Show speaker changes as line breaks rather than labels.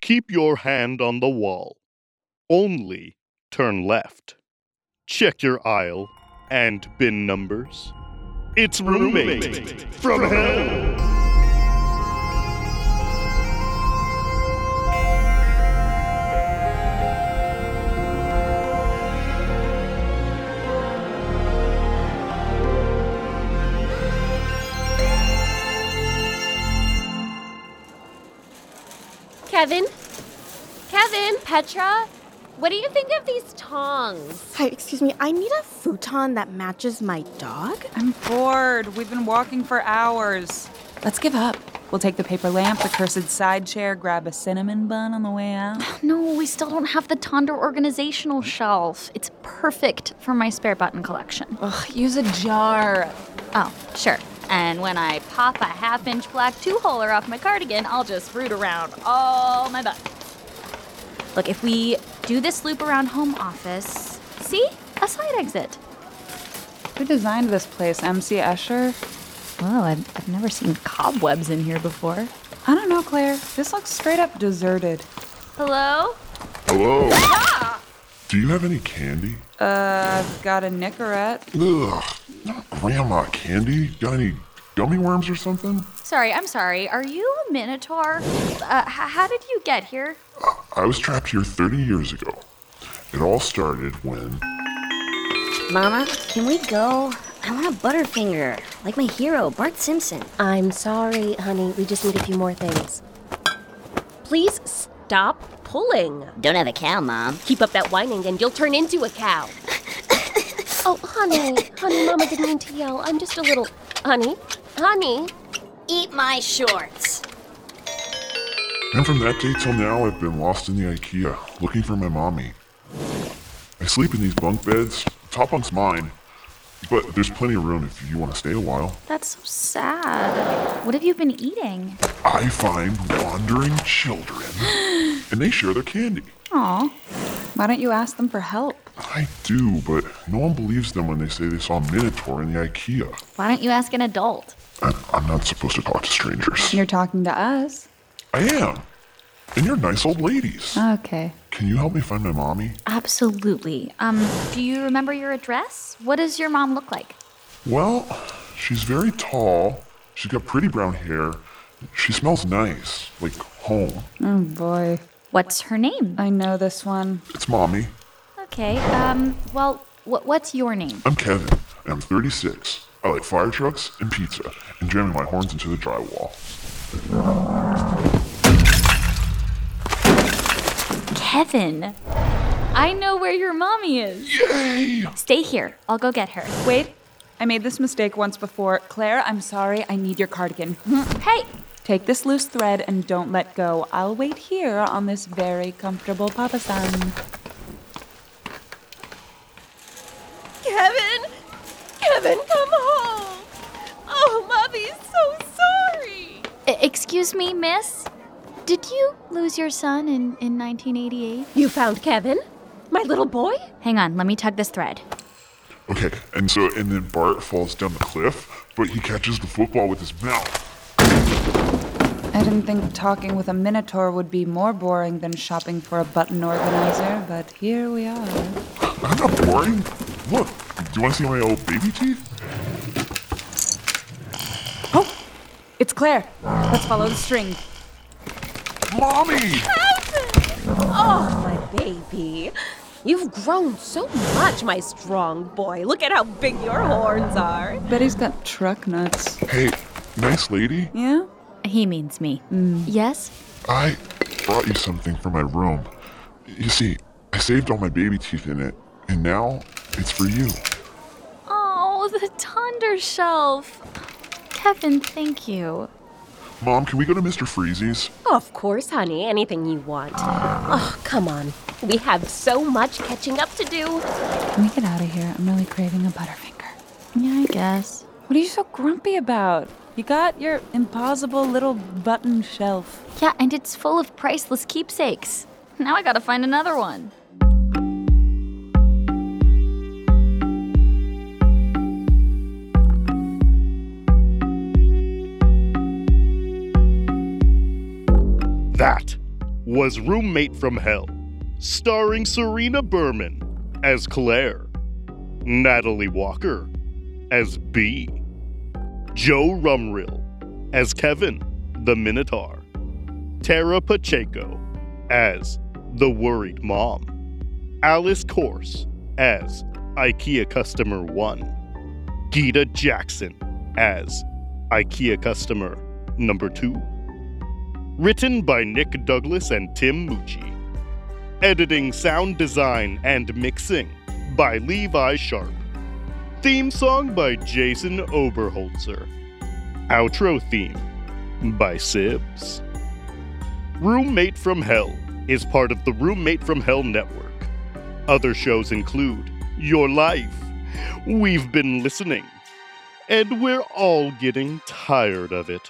Keep your hand on the wall. Only turn left. Check your aisle and bin numbers. It's roommate, from, hell.
Kevin? Kevin, Petra? What do you think of these tongs?
Hi, excuse me. I need a futon that matches my dog.
I'm bored. We've been walking for hours. Let's give up. We'll take the paper lamp, the cursed side chair, grab a cinnamon bun on the way out.
No, we still don't have the Tonder organizational shelf. It's perfect for my spare button collection.
Ugh, use a jar.
Oh, sure. And when I pop a half inch black two holer off my cardigan, I'll just root around all my butt. Look, if we do this loop around home office, see? A side exit.
Who designed this place? MC Escher?
Whoa, I've, I've never seen cobwebs in here before.
I don't know, Claire. This looks straight up deserted.
Hello?
Hello? Do you have any candy?
Uh, I've got a Nicorette.
Ugh, not grandma candy. Got any gummy worms or something?
Sorry, I'm sorry. Are you a Minotaur? Uh, h- how did you get here?
I was trapped here 30 years ago. It all started when.
Mama, can we go? I want a Butterfinger, like my hero, Bart Simpson.
I'm sorry, honey. We just need a few more things. Please stop pulling.
Don't have a cow, Mom.
Keep up that whining and you'll turn into a cow. oh, honey. Honey, Mama didn't mean to yell. I'm just a little. Honey. Honey.
Eat my shorts.
And from that day till now, I've been lost in the IKEA, looking for my mommy. I sleep in these bunk beds. Top bunk's mine. But there's plenty of room if you want to stay a while.
That's so sad. What have you been eating?
I find wandering children, and they share their candy.
Aw. Why don't you ask them for help?
I do, but no one believes them when they say they saw a Minotaur in the IKEA.
Why don't you ask an adult?
I, I'm not supposed to talk to strangers.
You're talking to us.
I am. And you're nice old ladies.
Okay.
Can you help me find my mommy?
Absolutely. Um, do you remember your address? What does your mom look like?
Well, she's very tall. She's got pretty brown hair. She smells nice, like home.
Oh boy.
What's her name?
I know this one.
It's mommy.
Okay. Um, well, wh- what's your name?
I'm Kevin, and I'm 36. I like fire trucks and pizza, and jamming my horns into the drywall.
Kevin. I know where your mommy is.
Yay!
Stay here. I'll go get her.
Wait. I made this mistake once before. Claire, I'm sorry. I need your cardigan. Hmm,
Hey,
Take this loose thread and don't let go. I'll wait here on this very comfortable Papa San.
Kevin! Kevin, come home! Oh, Mommy's so sorry!
I- e-, excuse me, miss. Did you lose your son in, in 1988?
You found Kevin? My little boy?
Hang on, let me tug this thread.
Okay, and so, and then Bart falls down the cliff, but he catches the football with his mouth.
I didn't think talking with a Minotaur would be more boring than shopping for a button organizer, but here we are.
I'm not boring. Look, do you want to see my old baby teeth?
Oh! It's Claire. Let's follow the string.
Mommy!
Oh, My baby. You've grown so much, my strong boy. Look at how big your horns are.
Betty's got truck nuts.
Hey, nice lady.
Yeah?
He means me. Yes?
I brought you something from my room. You see, I saved all my baby teeth in it, and now it's for you.
Oh, the Tonder Shelf. Kevin, thank you.
Mom, can we go to Mr. Freezy's?
Of course, honey. Anything you want. Oh, come on. We have so much catching up to do.
Can we get out of here? I'm really craving a Butterfinger.
Yeah, I guess.
What are you so grumpy about? You got your impossible little button shelf.
Yeah, and it's full of priceless keepsakes. Now I gotta find another one.
That was Roommate from Hell, starring Serena Berman as Claire, Natalie Walker as B, Joe Rumrill as Kevin the Minotaur, Tara Pacheco as the Worried Mom, Alice Course as IKEA Customer 1, Gita Jackson as IKEA Customer Number 2 written by Nick Douglas and Tim Mucci. Editing, sound design, and mixing by Levi Sharp. Theme song by Jason Oberholzer. Outro theme by Sibs. Roommate from Hell is part of the Roommate from Hell network. Other shows include Your Life, We've Been Listening, and We're All Getting Tired of It.